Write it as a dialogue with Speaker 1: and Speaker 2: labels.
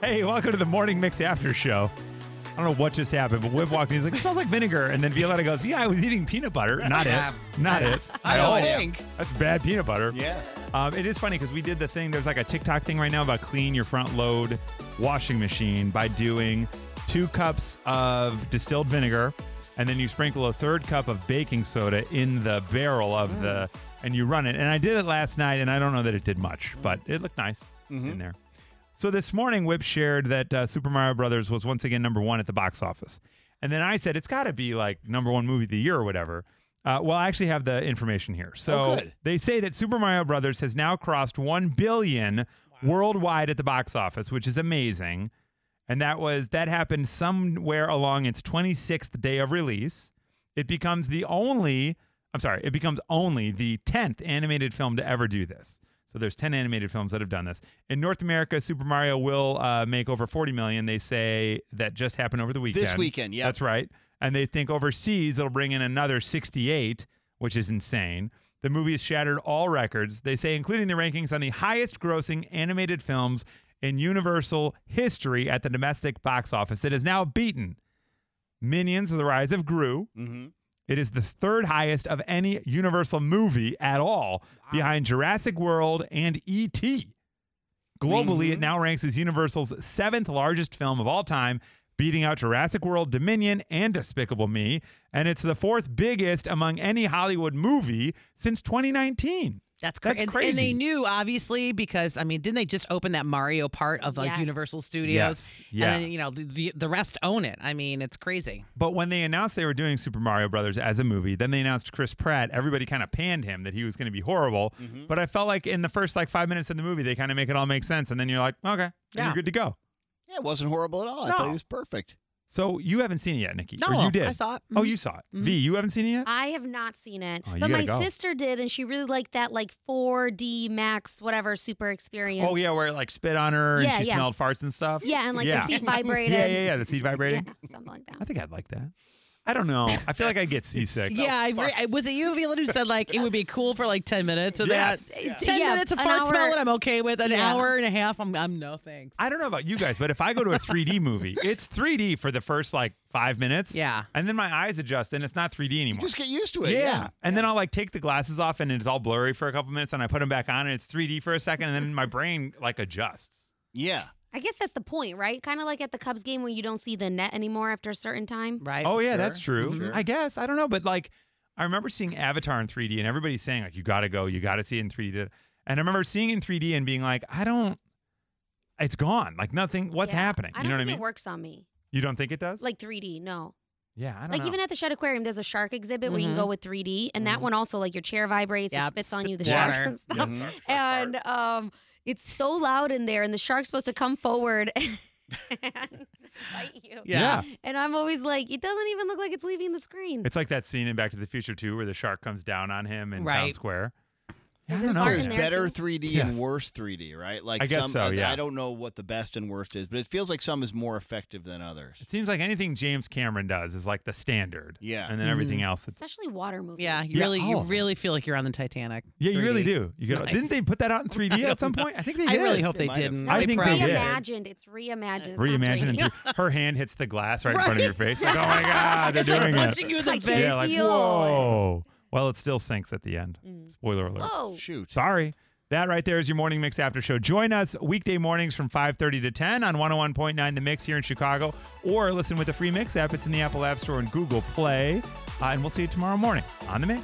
Speaker 1: Hey, welcome to the Morning Mix After Show. I don't know what just happened, but Wib walked in. He's like, it smells like vinegar. And then Violetta goes, Yeah, I was eating peanut butter. Not it.
Speaker 2: Yeah.
Speaker 1: Not it.
Speaker 2: I
Speaker 1: At
Speaker 2: don't
Speaker 1: all.
Speaker 2: think.
Speaker 1: That's bad peanut butter.
Speaker 2: Yeah.
Speaker 1: Um, it is funny because we did the thing. There's like a TikTok thing right now about clean your front load washing machine by doing two cups of distilled vinegar, and then you sprinkle a third cup of baking soda in the barrel of the,
Speaker 2: Mm.
Speaker 1: and you run it. And I did it last night, and I don't know that it did much, but it looked nice
Speaker 2: Mm-hmm.
Speaker 1: in there. So this morning, Whip shared that uh, Super Mario Brothers was once again number one at the box office, and then I said it's got to be like number one movie of the year or whatever. Uh, well, I actually have the information here. So
Speaker 2: Oh, good.
Speaker 1: they say that Super Mario Brothers has now crossed one billion worldwide at the box office, which is amazing. And that was that happened somewhere along its 26th day of release. It becomes the only I'm sorry, it becomes only the 10th animated film to ever do this. So there's 10 animated films that have done this. In North America, Super Mario will uh, make over 40 million. They say that just happened over the weekend.
Speaker 2: weekend, yeah.
Speaker 1: That's right. And they think overseas it'll bring in another 68, which is insane. The movie has shattered all records, they say, including the rankings on the highest grossing animated films in Universal history at the domestic box office. It has now beaten Minions, The Rise of Gru. It is the third highest of any Universal movie at all, behind Jurassic World and E.T. Globally, it now ranks as Universal's seventh largest film of all time, beating out Jurassic World, Dominion, and Despicable Me. And it's the fourth biggest among any Hollywood movie since 2019.
Speaker 3: That's, cra-
Speaker 1: That's
Speaker 3: and- And,
Speaker 1: crazy.
Speaker 3: they knew, obviously, because I mean, didn't they just open that Mario part of like
Speaker 4: Yes.
Speaker 3: Universal Studios?
Speaker 1: Yes. Yeah.
Speaker 3: And then, you know, the, the the rest own it. I mean, it's crazy.
Speaker 1: But when they announced they were doing Super Mario Brothers as a movie, then they announced Chris Pratt. Everybody kind of panned him that he was going to be horrible.
Speaker 2: Mm-hmm.
Speaker 1: But I felt like in the first like five minutes of the movie, they kind of make it all make sense, and then you're like, okay, and
Speaker 3: Yeah.
Speaker 1: you're good to go.
Speaker 2: Yeah, it wasn't horrible at all. I thought
Speaker 1: No.
Speaker 2: it was perfect.
Speaker 1: So you haven't seen it yet, Nikki?
Speaker 3: No,
Speaker 1: or you did.
Speaker 3: I saw it.
Speaker 1: Oh,
Speaker 3: Mhm.
Speaker 1: you saw it. V, you haven't seen it yet.
Speaker 4: I have not seen it,
Speaker 1: Oh, you
Speaker 4: but
Speaker 1: gotta
Speaker 4: my
Speaker 1: go.
Speaker 4: sister did, and she really liked that like 4D Max whatever super experience.
Speaker 1: Oh yeah, where it like spit on her
Speaker 4: Yeah,
Speaker 1: and she
Speaker 4: yeah.
Speaker 1: smelled farts and stuff.
Speaker 4: yeah, and like
Speaker 1: Yeah.
Speaker 4: the seat vibrated.
Speaker 1: Yeah, yeah, yeah. The seat vibrating.
Speaker 4: Yeah, something like
Speaker 1: I
Speaker 4: that.
Speaker 1: think I'd like that. I don't know. I feel like I'd get seasick.
Speaker 3: yeah, I, re- I- was it you, Viola, who said like it would be cool for like ten minutes of
Speaker 1: Yes.
Speaker 3: that? Ten
Speaker 4: Yeah,
Speaker 3: minutes of
Speaker 4: an
Speaker 3: fart
Speaker 4: hour-
Speaker 3: smell, and I'm okay with an
Speaker 4: Yeah.
Speaker 3: hour and a half. I'm I'm no thanks.
Speaker 1: I don't know about you guys, but if I go to a 3D movie, it's 3D for the first like five minutes.
Speaker 3: Yeah.
Speaker 1: And then my eyes adjust and it's not 3D anymore.
Speaker 2: Just get used to
Speaker 1: yeah.
Speaker 2: it. Yeah.
Speaker 1: And then I'll like take the glasses off and it's all blurry for a couple minutes and I put them back on and it's 3D for a second and then my brain like adjusts.
Speaker 2: Yeah.
Speaker 4: I guess that's the point, right? Kind of like at the Cubs game when you don't see the net anymore after a certain time.
Speaker 3: Right.
Speaker 1: Oh yeah,
Speaker 3: Sure. Mm-hmm.
Speaker 1: that's true.
Speaker 2: Sure.
Speaker 1: I guess I don't know, but like I remember seeing Avatar in 3D, and everybody's saying like you got to go, you got to see it in 3D. And I remember seeing it in 3D and being like, I don't. It's gone. Like nothing. What's
Speaker 4: Yeah.
Speaker 1: happening?
Speaker 4: I
Speaker 1: you know
Speaker 4: don't
Speaker 1: what I mean?
Speaker 4: think It works on me.
Speaker 1: you don't think it does?
Speaker 4: Like 3D, no.
Speaker 1: yeah, I don't
Speaker 4: Like
Speaker 1: know. Mm-hmm.
Speaker 4: even at the Shedd Aquarium, there's a shark exhibit where you can
Speaker 3: Mhm.
Speaker 4: go with 3D, and that one also like your chair vibrates,
Speaker 3: Yeah,
Speaker 4: it spits on you, the
Speaker 3: spit
Speaker 4: sharks
Speaker 3: water.
Speaker 4: and stuff.
Speaker 2: Mhm.
Speaker 4: And um, it's so loud in there, and the shark's supposed to come forward and bite you.
Speaker 3: Yeah.
Speaker 4: And I'm always like, it doesn't even look like it's leaving the screen.
Speaker 1: It's like that scene in Back to the Future 2 where the shark comes down on him in Town
Speaker 3: Right.
Speaker 1: Square. Yeah, I
Speaker 4: Is it
Speaker 1: don't know.
Speaker 4: fart
Speaker 2: There's
Speaker 4: in there
Speaker 2: better
Speaker 4: too?
Speaker 2: 3D
Speaker 1: Yes.
Speaker 2: and worse 3D, right? Like
Speaker 1: I guess
Speaker 2: some,
Speaker 1: so, yeah.
Speaker 2: I don't know what the best and worst is, but it feels like some is more effective than others.
Speaker 1: It seems like anything James Cameron does is like the standard.
Speaker 2: Yeah.
Speaker 1: And then
Speaker 3: Mm-hmm.
Speaker 1: everything else. It's,
Speaker 4: Especially water movies.
Speaker 3: Yeah. You
Speaker 1: Yeah,
Speaker 3: really
Speaker 1: all
Speaker 3: you
Speaker 1: of them.
Speaker 3: really feel like you're on the Titanic.
Speaker 1: yeah, you really
Speaker 3: 3D.
Speaker 1: do. You could,
Speaker 3: Nice.
Speaker 1: Didn't they put that out in 3D at
Speaker 3: don't
Speaker 1: some
Speaker 3: know.
Speaker 1: point? I think they did.
Speaker 3: I really hope
Speaker 2: They
Speaker 3: they,
Speaker 2: might have.
Speaker 3: didn't.
Speaker 1: I think they did.
Speaker 4: reimagined. It's reimagined. It's not
Speaker 1: Reimagine
Speaker 4: 3D.
Speaker 1: it. through- Her hand hits the glass right, in front of your face. Like, oh my God, they're
Speaker 3: It's like
Speaker 1: doing
Speaker 3: punching
Speaker 1: it.
Speaker 3: you in the
Speaker 4: I
Speaker 3: face.
Speaker 4: can't-
Speaker 1: Yeah, like,
Speaker 4: Feel it.
Speaker 1: whoa. Well, it still sinks at the end.
Speaker 3: Mm.
Speaker 1: Spoiler alert.
Speaker 3: Oh.
Speaker 4: Whoa.
Speaker 2: Shoot.
Speaker 1: Sorry. That right there is your morning mix after show. Join us weekday mornings from 5:30 to 10 on 101.9 The Mix here in Chicago, or listen with the free Mix app. It's in the Apple App Store and Google Play. Uh, and we'll see you tomorrow morning on The Mix.